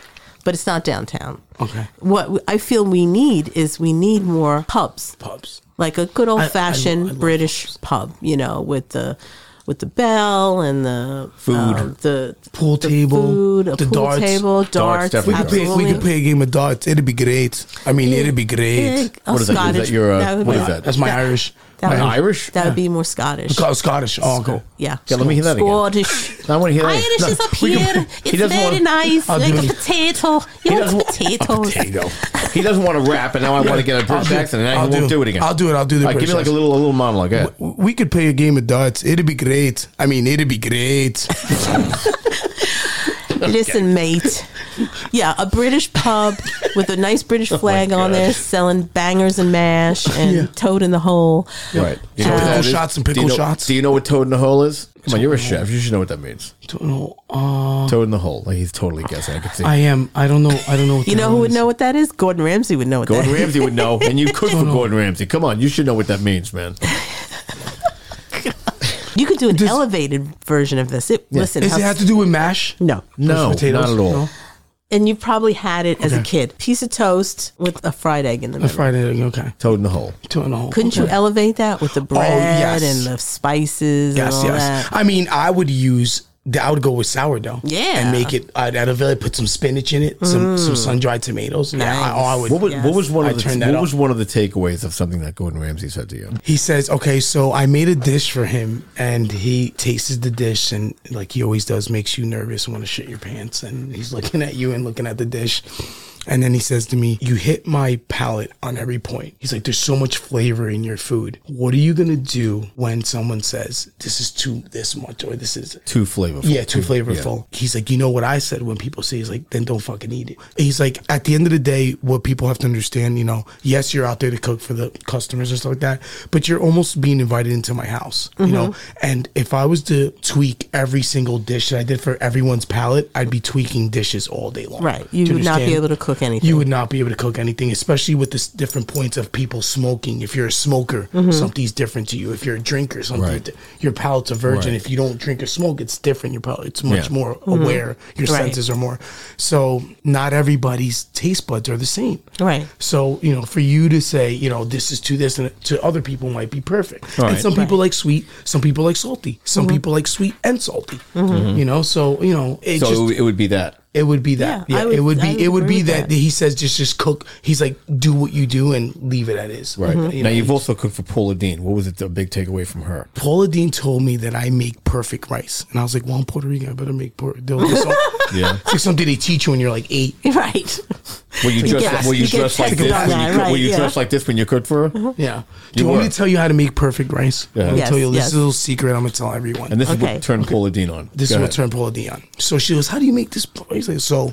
S9: but it's not downtown.
S10: okay
S9: What w- I feel we need is we need more pubs,
S10: pubs
S9: like a good old
S10: I love- I
S9: fashioned
S10: love
S9: British pub, you know, with the with the bell and the food, the
S10: Pool
S9: the
S10: table,
S9: food, a
S10: the
S9: pool
S10: darts.
S9: table, darts.
S8: Darts,
S10: we
S8: definitely
S10: could, play,
S9: absolutely.
S10: we could play a game of darts it'd be great i mean it'd be great
S9: Yeah, a
S8: What is that? Is that
S9: oh, Scottish-
S8: your, uh,
S9: would
S8: what
S9: be-
S8: is that?
S10: that's my irish
S9: That
S8: An
S9: would-
S8: Irish?
S9: That would be more Scottish.
S10: Sc- Scottish. Oh, cool.
S9: Yeah.
S8: Yeah, let me hear that again.
S9: Scottish.
S8: I want to hear that.
S9: Irish
S8: No,
S9: is up
S8: we
S9: here.
S8: can- he
S9: it's
S8: doesn't
S9: very
S8: want-
S9: nice,
S10: I'll
S9: like
S10: do
S9: a
S10: it.
S9: potato. You
S8: doesn't
S9: want
S8: want-
S9: potatoes?
S10: Potato.
S8: He doesn't want to rap, and now I want to get a British
S10: do it.
S8: accent, and I
S10: I'll
S8: won't
S10: do-
S8: do it again.
S10: I'll do it. I'll do the
S8: All right, Give me
S10: British
S8: like a
S10: accent.
S8: little a little monologue. Yeah.
S10: We could play a game of darts. It'd be great. I mean, it'd be great.
S9: Listen, mate. Yeah, a British pub with a nice British flag on there, selling bangers and mash and
S10: Oh Yeah.
S9: toad in the hole.
S8: Right. You know
S9: Uh,
S8: what that
S10: Pickle
S8: is?
S10: shots and
S8: Do you
S10: pickle
S8: know-
S10: shots.
S8: Do you know what toad in the hole is? Come on, you're a chef. You should know what that means.
S10: Don't know. Uh,
S8: Toad in the hole. Like he's totally guessing. I can see.
S10: I am. I don't know. I don't know. What
S9: You
S10: the
S9: know
S10: hell
S9: who
S10: it
S9: would
S10: is.
S9: know what that is? Gordon Ramsay would know what
S8: Gordon
S9: that is.
S8: Ramsey would know, and you cook for Gordon Ramsay. Come on, you should know what that means, man.
S9: You could do an elevated version of this. It, Listen,
S10: Does
S9: how-
S10: it have to do with mash?
S9: no.
S8: No,
S10: Mashed potatoes?
S8: not at all.
S10: No?
S9: And you probably had it as a
S10: Okay.
S9: kid. Piece of toast with a fried egg in the
S10: A
S9: middle.
S10: fried egg. Okay.
S8: Toad in the hole.
S10: Two and a whole.
S9: Couldn't you elevate that with the bread
S10: Oh, yes.
S9: and the spices and
S10: Yes.
S9: all
S10: Yes.
S9: that?
S10: I mean, I would use. I would go with sourdough.
S9: Yeah. Mm.
S10: And make it. I'd, I'd really put some spinach in it. Some some sun dried tomatoes. Yeah. I, oh, I would.
S8: What was, what was one
S10: I
S8: of the
S10: turned
S8: what
S10: that
S8: was
S10: up.
S8: one of the takeaways of something that Gordon Ramsay said to you?
S10: He says, okay, so I made a dish for him and he tastes the dish and like he always does, makes you nervous, want to shit your pants. And he's looking at you and looking at the dish. And then he says to me, you hit my palate on every point. He's like, there's so much flavor in your food. What are you going to do when someone says this is too, this much, or this is
S8: Too flavorful. Mm-hmm.
S10: yeah, too flavorful. He's like, you know what I said when people say, he's like, then don't fucking eat it. He's like, at the end of the day, what people have to understand, you know, yes, you're out there to cook for the customers and stuff like that, but you're almost being invited into my house, you know?
S9: Mm-hmm.
S10: And if I was to tweak every single dish that I did for everyone's palate, I'd be tweaking dishes all day long.
S9: Right. You
S10: Do
S9: would not be
S10: understand?
S9: able to cook anything.
S10: You would not be able to cook anything, especially with this different points of people smoking. If you're a smoker,
S9: Mm-hmm.
S10: something's different to you. If you're a drinker, something
S8: Right.
S10: di- your palate's a virgin.
S8: Right.
S10: If you don't drink or smoke, it's different. Your palate, it's much
S8: Yeah.
S10: more aware. Your
S9: Mm-hmm. Right.
S10: senses are more. So not everybody's taste buds are the same.
S9: Right.
S10: So you know, for you to say, you know, this is to this and to other people might be perfect.
S8: Right.
S10: And some people like sweet, some people like salty, some
S9: Mm-hmm.
S10: people like sweet and salty. You know, so you know, it
S8: So it
S10: just
S8: would- it would be that.
S10: it would be that.
S9: Yeah, I
S10: Yeah,
S9: would-
S10: it would
S9: I
S10: be.
S9: would
S10: it would
S9: agree
S10: be
S9: with
S10: that,
S9: that.
S10: he says just just cook. He's like, do what you do and leave it at is.
S8: Right.
S10: You know,
S8: Now you've also cooked for Paula Dean. What was it, a big takeaway from her?
S10: Paula Dean told me that I make perfect rice, and I was like, well, I'm Puerto Rican. I better make Puerto. It's
S8: Yeah.
S10: like something they teach you when you're like eight.
S9: Right.
S8: Were you dressed,
S9: get-
S8: were you
S9: you get
S8: dressed like
S9: texted
S8: this?
S9: on
S8: when
S9: that,
S8: you, cook-
S9: right,
S8: were you
S9: yeah.
S8: dressed like this when you cooked for her?
S10: Yeah. Do you,
S8: You
S10: want
S8: were.
S10: me to tell you how to make perfect rice?
S8: Yeah.
S10: I'm gonna
S9: Yes,
S10: tell you.
S9: yes.
S10: This is a little secret. I'm gonna tell everyone.
S8: And this is
S9: Okay.
S8: what turned Paula Dean on.
S10: This
S8: Go
S10: is what
S8: ahead.
S10: turned Paula D on. So she goes, How do you make this? rice?" Like, So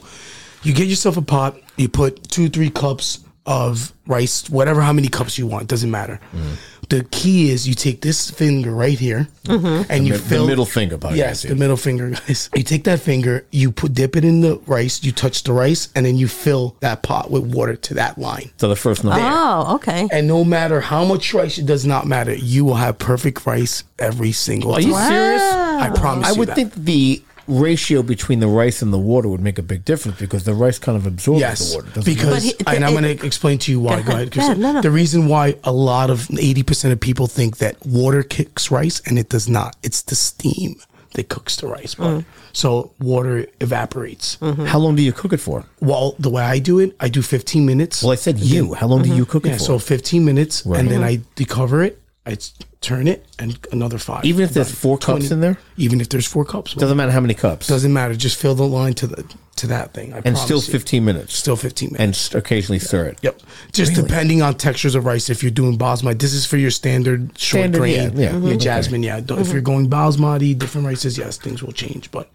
S10: you get yourself a pot, you put two, three cups of rice, whatever how many cups you want, doesn't matter.
S8: Mm-hmm.
S10: The key is you take this finger right here
S8: Mm-hmm.
S10: and you
S8: mi- the
S10: fill
S8: middle finger, by the way,
S10: Yes,
S8: I see.
S10: the middle finger, guys. You take that finger, you put dip it in the rice, you touch the rice, and then you fill that pot with water to that line.
S8: So the first number.
S9: Oh, okay.
S10: And no matter how much rice, it does not matter. You will have perfect rice every single
S8: Are
S10: time.
S8: you serious?
S10: I promise
S8: I
S10: you
S8: would
S10: that.
S8: think the ratio between the rice and the water would make a big difference because the rice kind of absorbs
S10: Yes,
S8: the water. doesn't it?
S10: because
S9: But he-
S10: and I'm
S9: it-
S10: going to explain to you why.
S9: ahead.
S10: Go ahead. 'cause
S9: Yeah, no, no.
S10: The reason why a lot of 80 percent of people think that water kicks rice and it does not. It's the steam that cooks the rice,
S9: Mm.
S10: part. so water evaporates. Mm-hmm.
S8: how long do you cook it for?
S10: Well, the way I do it, I do 15 minutes.
S8: Well, I said you. How long do you cook it
S10: Mm-hmm. yeah,
S8: for?
S10: so 15 minutes,
S8: Right.
S10: and then I decover it. I s- turn it, and another five.
S8: Even if there's
S10: Done.
S8: four cups in there?
S10: even if there's four cups, well,
S8: doesn't matter how many cups.
S10: doesn't matter. Just fill the line to the to that thing. I
S8: and
S10: promise
S8: still
S10: you.
S8: 15 minutes.
S10: Still 15 minutes.
S8: And s- occasionally stir it.
S10: Yep. Just depending on textures of rice. If you're doing basmati, this is for your standard short
S8: Standard,
S10: grain,
S8: yeah, yeah.
S10: your
S8: Mhm.
S10: jasmine. Yeah. Don't- If you're going basmati, different rices, yes, things will change, but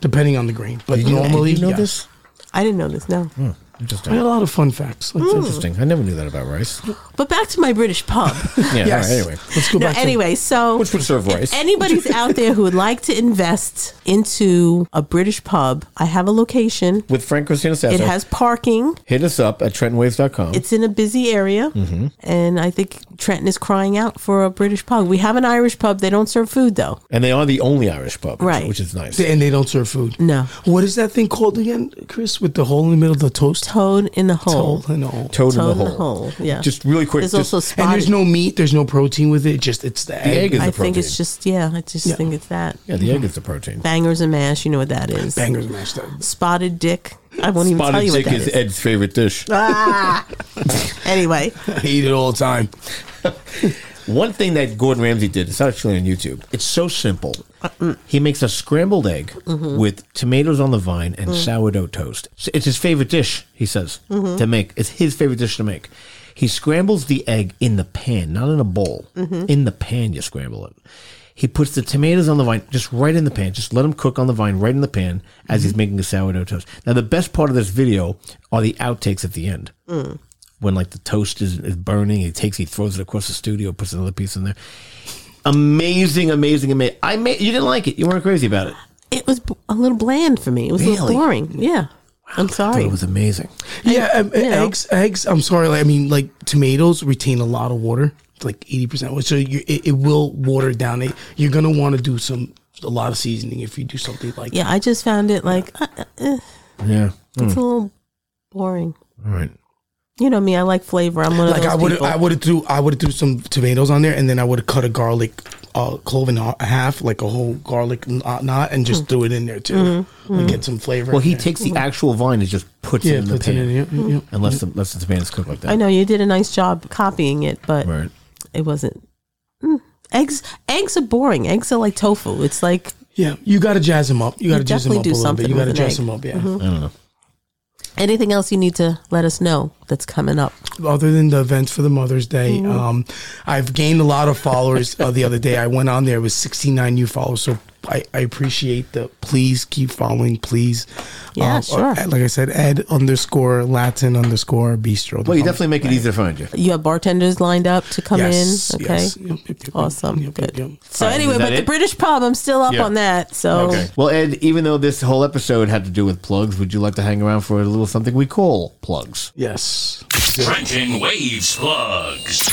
S10: depending on the grain. But
S8: Did Mm-hmm. you-
S10: normally,
S8: did you know
S10: yes.
S8: this?
S9: I didn't know this. No,
S10: Hmm.
S8: Interesting.
S10: I got a lot of fun facts. Like that.
S8: Interesting. I never knew that about rice.
S9: but back to my British pub.
S8: Mm. Yeah.
S10: Yes.
S8: all right, anyway.
S10: Let's go
S9: no,
S10: back.
S9: anyway, so
S8: Which would serve rice.
S9: anybody's out there who would like to invest into a British pub, I have a location.
S8: With Frank Christina Sasso.
S9: It has parking.
S8: Hit us up at TrentonWaves.com.
S9: It's in a busy area,
S8: Mm-hmm.
S9: and I think Trenton is crying out for a British pub. We have an Irish pub. They don't serve food though.
S8: and they are the only Irish pub, which-
S9: Right.
S8: which is nice.
S10: to- and they don't serve food.
S9: No.
S10: What is that thing called again, Chris? With the hole in the middle of the toast?
S9: Toad in the hole.
S10: Hole in the hole.
S8: Toad,
S9: Toad
S8: in the hole.
S9: Yeah.
S8: Just really quick.
S9: There's
S8: just-
S9: also spotty.
S10: And there's no meat. There's no protein with it. Just it's the
S8: the
S10: egg.
S8: egg is
S9: I
S8: the protein.
S9: think it's just yeah. I just
S10: Yeah.
S9: think it's that
S8: yeah, the egg is the protein.
S9: bangers and mash. You know what that is?
S10: Bangers mashed up.
S9: Spotted dick. I won't even tell
S8: Spotted
S9: you what
S8: dick
S9: that
S8: is
S9: is.
S8: Ed's favorite dish.
S9: Ah. anyway,
S10: I eat it all the time.
S8: One thing that Gordon Ramsay did, it's actually on YouTube. It's so simple. He makes a scrambled egg
S9: Mm-hmm.
S8: with tomatoes on the vine
S9: Mm.
S8: and sourdough toast. So It's his favorite dish, he says,
S9: Mm-hmm.
S8: to make. It's his favorite dish to make. He scrambles the egg in the pan, not in a bowl.
S9: Mm-hmm.
S8: In the pan, you scramble it. He puts the tomatoes on the vine, just right in the pan. Just let them cook on the vine, right in the pan, as
S9: Mm-hmm.
S8: he's making the sourdough toast. Now, the best part of this video are the outtakes at the end
S9: Mm.
S8: when like the toast is, is burning, he takes, he throws it across the studio, puts another piece in there. Amazing, amazing, amazing. I made you didn't like it. You weren't crazy about it.
S9: it was b- a little bland for me. It was a
S8: Really?
S9: little boring. Yeah. I'm
S8: But
S9: sorry.
S8: it was amazing.
S10: Yeah, um,
S9: you know.
S10: eggs. Eggs. I'm sorry. Like, I mean, like tomatoes retain a lot of water, It's like eighty percent. So you, it, it will water down. It. You're gonna want to do some a lot of seasoning if you do something like
S9: yeah, I just found it like uh, uh, eh,
S8: Yeah.
S10: Hmm.
S9: it's a little boring.
S8: All right.
S9: You know me. I like flavor. I'm one of
S10: Like
S9: those
S10: I would.
S9: people.
S10: I would have threw. I would have threw some tomatoes on there, and then I would have cut a garlic, uh, clove in a- half, like a whole garlic kn- uh, knot, and
S9: Hmm.
S10: just threw it in there too,
S9: Mm-hmm,
S10: and get some flavor.
S8: Well,
S10: in
S8: he
S10: there.
S8: takes the actual vine and just puts
S10: yeah,
S8: it in the
S10: puts it
S8: pan.
S10: in, yeah, yeah.
S9: Mm-hmm.
S8: Unless the unless the tomatoes cooked like that.
S9: I know you did a nice job copying it, but
S8: Right.
S9: it wasn't. Mm. Eggs. Eggs are boring. Eggs are like tofu. It's like
S10: Yeah, you got to jazz him up. You got to jazz him
S9: definitely
S10: up a
S9: do
S10: little bit.
S9: something
S10: You got to
S9: with an
S10: jazz
S9: egg. Mm-hmm.
S10: him up. Yeah.
S8: I don't know.
S9: anything else you need to let us know that's coming up.
S10: Other than the events for the Mother's Day,
S9: Mm-hmm.
S10: um, I've gained a lot of followers. uh, the other day, I went on there with 69 new followers. So I, I appreciate the please keep following, please.
S9: Yeah, sure.
S10: uh, Like I said, Ed underscore Latin underscore Bistro.
S8: Well, you definitely make it easy to find you.
S9: You have bartenders lined up to come
S10: Yes,
S9: in. Okay.
S10: yes. Yep, yep, yep, yep,
S9: Awesome.
S10: yep, yep,
S9: Good.
S10: yep.
S9: So
S8: All right,
S9: anyway,
S8: is that
S9: but the
S8: it?
S9: British pub, I'm still up
S8: Yeah.
S9: on that. So
S8: Okay. Well, Ed, even though this whole episode had to do with plugs, would you like to hang around for a little something we call plugs?
S10: Yes.
S11: Trenton Waves plugs.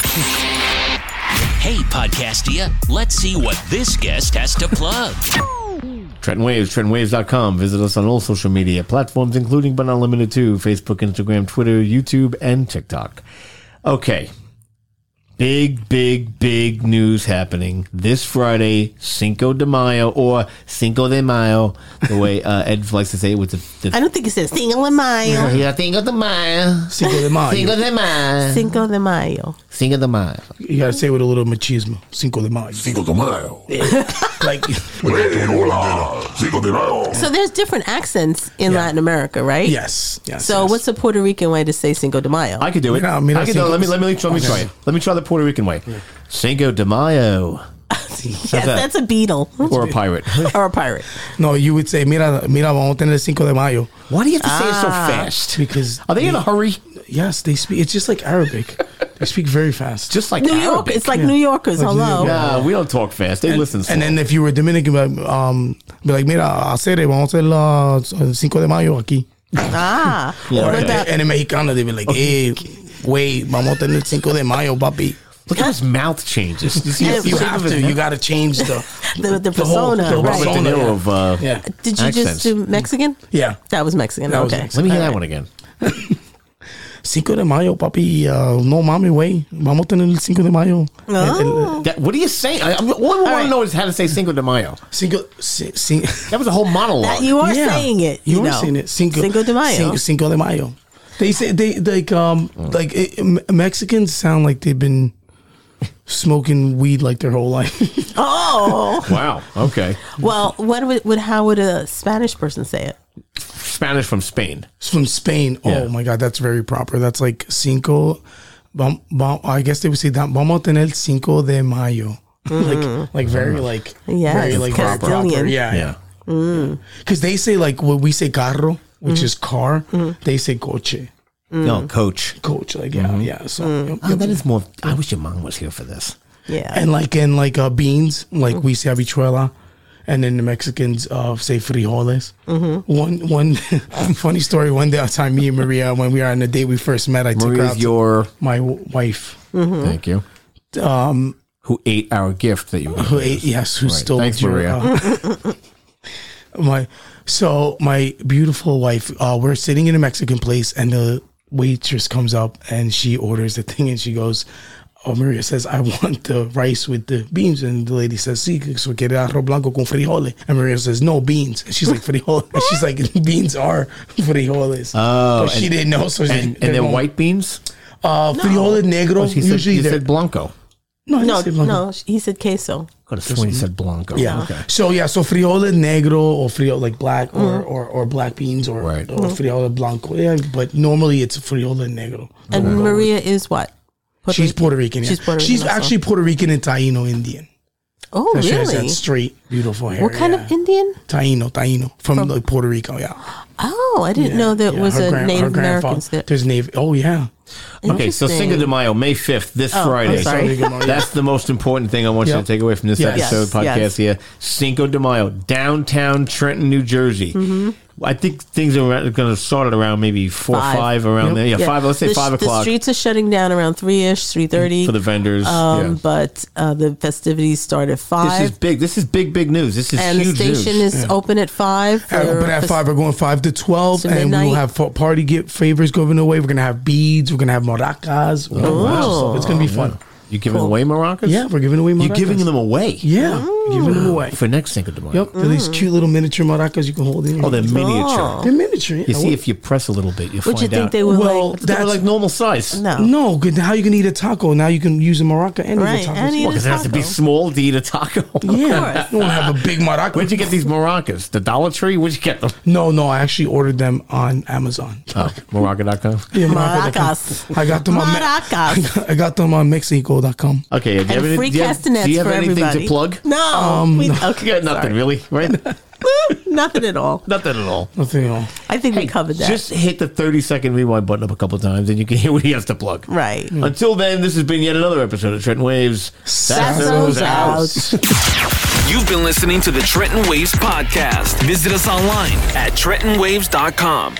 S5: Hey, Podcastia, let's see what this guest has to plug.
S8: Trenton Waves, TrentonWaves.com. Visit us on all social media platforms, including but not limited to Facebook, Instagram, Twitter, YouTube, and TikTok. Okay. Big, big, big news happening this Friday, Cinco de Mayo, or Cinco de Mayo, the way uh, Ed likes to say it with the.
S9: I
S8: the
S9: don't think it says single de Mayo.
S8: yeah, Cinco de Mayo.
S10: Cinco de Mayo.
S8: Cinco de Mayo.
S9: Cinco de Mayo.
S8: Cinco de Mayo.
S10: You gotta say it with a little machismo. Cinco de Mayo.
S11: Cinco de Mayo.
S10: Like,
S11: Cinco de Mayo.
S9: So there's different accents in Latin America, right?
S10: yes. yes
S9: So
S10: yes.
S9: what's the Puerto Rican way to say Cinco de Mayo?
S8: I could do it.
S10: Mira,
S8: I
S10: mira,
S8: could do it.
S10: Cinco-
S8: Let me, let me, let me try it. Let me try the Puerto Rican way. Cinco de Mayo.
S9: yes,
S8: that?
S9: that's a beetle
S8: Or a pirate.
S9: or a pirate.
S10: No, you would say, mira, mira, vamos a tener Cinco de Mayo.
S8: Why do you have to say it so
S9: Ah.
S8: fast?
S10: Because
S8: Are they in a hurry?
S10: Yes, they speak. It's just like Arabic. they speak very fast.
S8: Just like
S9: New York.
S8: Arabic.
S9: It's like oh.
S10: Yeah.
S9: New Yorkers.
S10: Like New
S9: Hello.
S10: York.
S8: Nah, we don't talk fast. They listen. Slow.
S10: and then if you were Dominican, um, be like, mira, hacer, vamos a hacer la Cinco de Mayo aquí.
S9: Ah.
S8: Yeah,
S9: Or
S8: right.
S9: what about-
S10: And in Mexicano, they'd be like, hey, wait, vamos a tener Cinco de Mayo, papi.
S8: Look how his mouth changes. You see,
S9: Yeah,
S10: You
S8: you
S10: have to. You got to change the
S9: The- the
S10: whole-
S9: persona, right.
S8: Robert De
S10: persona,
S8: Niro
S10: yeah.
S8: of. Uh,
S10: yeah.
S9: Did you
S8: Accents.
S9: just do Mexican?
S10: Yeah.
S9: That was Mexican.
S10: That was
S9: okay.
S10: Mexican.
S8: Let me hear that one again.
S10: Cinco de Mayo, papi. Uh, no mami, güey. Vamos a tener el Cinco de Mayo.
S9: Oh.
S8: That, what are you saying? I, I'm, all I want
S9: right.
S8: to know is how to say Cinco de Mayo.
S10: Cinco, si, si,
S8: That was a whole monologue.
S9: That you are
S10: Yeah.
S9: saying it.
S10: You,
S9: You,
S10: are
S9: know.
S10: saying it. Cinco,
S9: Cinco de Mayo.
S10: Cinco, Cinco de Mayo. They say they like um like it, M- Mexicans sound like they've been smoking weed like their whole life.
S9: Oh.
S8: wow. Okay.
S9: Well, what would, would how would a Spanish person say it?
S8: Spanish from Spain.
S10: It's from Spain.
S8: Yeah.
S10: Oh my God, that's very proper. That's like cinco. Vam, vam, I guess they would say that. Vamos a tener cinco de mayo. Like, like very like
S9: Mm. Yes,
S10: very like very
S9: Castilian.
S10: proper. Yeah,
S8: Yeah.
S10: yeah. Because they say like what we say carro, which
S9: Mm.
S10: is car. They say coche,
S8: No, coach.
S10: coach. Like yeah, yeah. So
S9: Mm.
S10: yep,
S8: Oh,
S10: yep.
S8: that is more. I wish your mom was here for this.
S9: Yeah.
S10: and like in like uh, beans, like we say habichuela, and then the Mexicans uh, say frijoles. One one funny story. One day, time me and Maria when we were on the date we first met, I took her out
S8: Maria's
S10: to-
S8: your.
S10: my w- wife
S9: Mm-hmm.
S8: Thank you. Um, who ate our gift that you?
S10: Um, who ate, yes who
S8: Right.
S10: stole
S8: Thanks,
S10: your,
S8: Maria.
S10: uh, my so my beautiful wife uh we're sitting in a mexican place and the waitress comes up and she orders the thing and she goes oh maria says i want the rice with the beans and the lady says sí que so quiere arroz blanco con frijoles and maria says no beans and she's like frijoles and she's like beans are frijoles
S8: Oh,
S10: but she
S8: and-
S10: didn't know so she
S8: And, and then
S10: won't-
S8: white beans.
S10: uh frijoles negro
S8: Oh, she said,
S10: usually
S8: you
S10: they're-
S8: said blanco.
S10: no, I didn't
S9: No,
S10: say blanco.
S9: no, he said queso.
S8: Could have sworn you said blanco.
S10: Yeah. So yeah, so frijoles negro or frijoles like black or,
S9: Mm-hmm.
S10: or or black beans or
S8: Right.
S10: or frijoles blanco. Yeah, but normally it's frijoles negro.
S9: And Maria is what? Puerto
S10: she's
S9: Rican?
S10: Puerto Rican. Yeah.
S9: She's Puerto
S10: She's
S9: Rican also.
S10: actually Puerto Rican and Taino Indian.
S9: Oh,
S10: She has
S9: really?
S10: that straight, beautiful hair.
S9: What kind
S10: yeah.
S9: of Indian?
S10: Taino? Taino from, like Puerto Rico. Yeah.
S9: Oh, I didn't
S10: Yeah,
S9: know there
S10: yeah.
S9: was
S10: Her
S9: a
S10: grand- her
S9: Native
S10: grandfather-
S9: Americans there.
S10: There's Native. Oh yeah.
S8: Okay, so
S9: Interesting. Oh,
S8: Cinco de Mayo, May 5th, this
S9: I'm
S8: Friday.
S9: sorry.
S8: That's the most important thing I want you
S10: Yeah.
S8: to take away from this
S10: Yes.
S8: episode
S9: Yes,
S8: podcast here. Cinco de Mayo, downtown Trenton, New Jersey. I think things are going to start at around maybe 4
S9: Mm-hmm. Five.
S8: 5, around there. Yeah, 5, let's say
S9: The sh-
S8: 5
S9: The
S8: o'clock
S9: streets are shutting down around three ish, three thirty
S8: for the vendors.
S9: Um,
S8: yeah.
S9: but uh, the festivities start at
S8: This
S9: five,
S8: is big. This is big, big news. This is
S9: and the
S8: huge
S9: station
S8: news.
S9: is open at five.
S10: Uh, But
S9: for
S10: at
S9: fes-
S10: five, we're going five to twelve,
S9: So
S10: and
S9: midnight.
S10: we'll have fa- party gift favors going away. We're gonna have beads. We're gonna have maracas. We're gonna have a bunch of
S9: Oh.
S10: stuff. It's gonna be fun.
S8: You giving away maracas?
S10: Yeah, we're giving away maracas.
S8: You're giving them away
S10: Yeah, giving them away.
S8: for next Cinco de Mayo.
S10: Yep, they're these cute little miniature maracas you can hold in.
S8: Oh, they're
S9: Oh.
S8: miniature.
S10: they're miniature.
S8: You
S10: I
S8: see,
S10: would-
S8: if you press a little bit, you
S9: Would
S8: find
S9: you think
S8: out.
S9: they were
S10: Well,
S9: like?
S8: They're
S10: that's-
S8: like normal size.
S9: No.
S10: no, good. How you can eat a taco? Now you can use a maraca and
S9: Right,
S10: eat a taco.
S9: and eat
S10: Well,
S9: a
S8: Because it has to be
S9: Taco.
S8: small to eat a taco.
S10: yeah, you want to have a big maraca.
S8: Where'd you get these maracas? The Dollar Tree? Where'd you get them?
S10: no, no, I actually ordered them on Amazon.
S8: Oh, Maraca.com.
S10: Yeah,
S9: Maracas.
S10: I got them on
S9: Maracas.
S10: I got them on Mexico.com.
S8: Okay, do you have,
S9: and
S8: any,
S9: free
S8: do you have,
S9: castanets
S8: do you have
S9: for
S8: anything
S9: everybody.
S8: to plug?
S9: No,
S10: Um,
S9: we, okay,
S8: You got nothing,
S9: sorry.
S8: really, right?
S9: nothing at all.
S8: nothing at all.
S10: Nothing at all.
S9: I think we covered that.
S8: Just hit the 30 second rewind button up a couple times and you can hear what he has to plug.
S9: right.
S8: Until then, this has been yet another episode of Trenton Waves.
S9: Sasso's out.
S5: You've been listening to the Trenton Waves Podcast. Visit us online at TrentonWaves.com.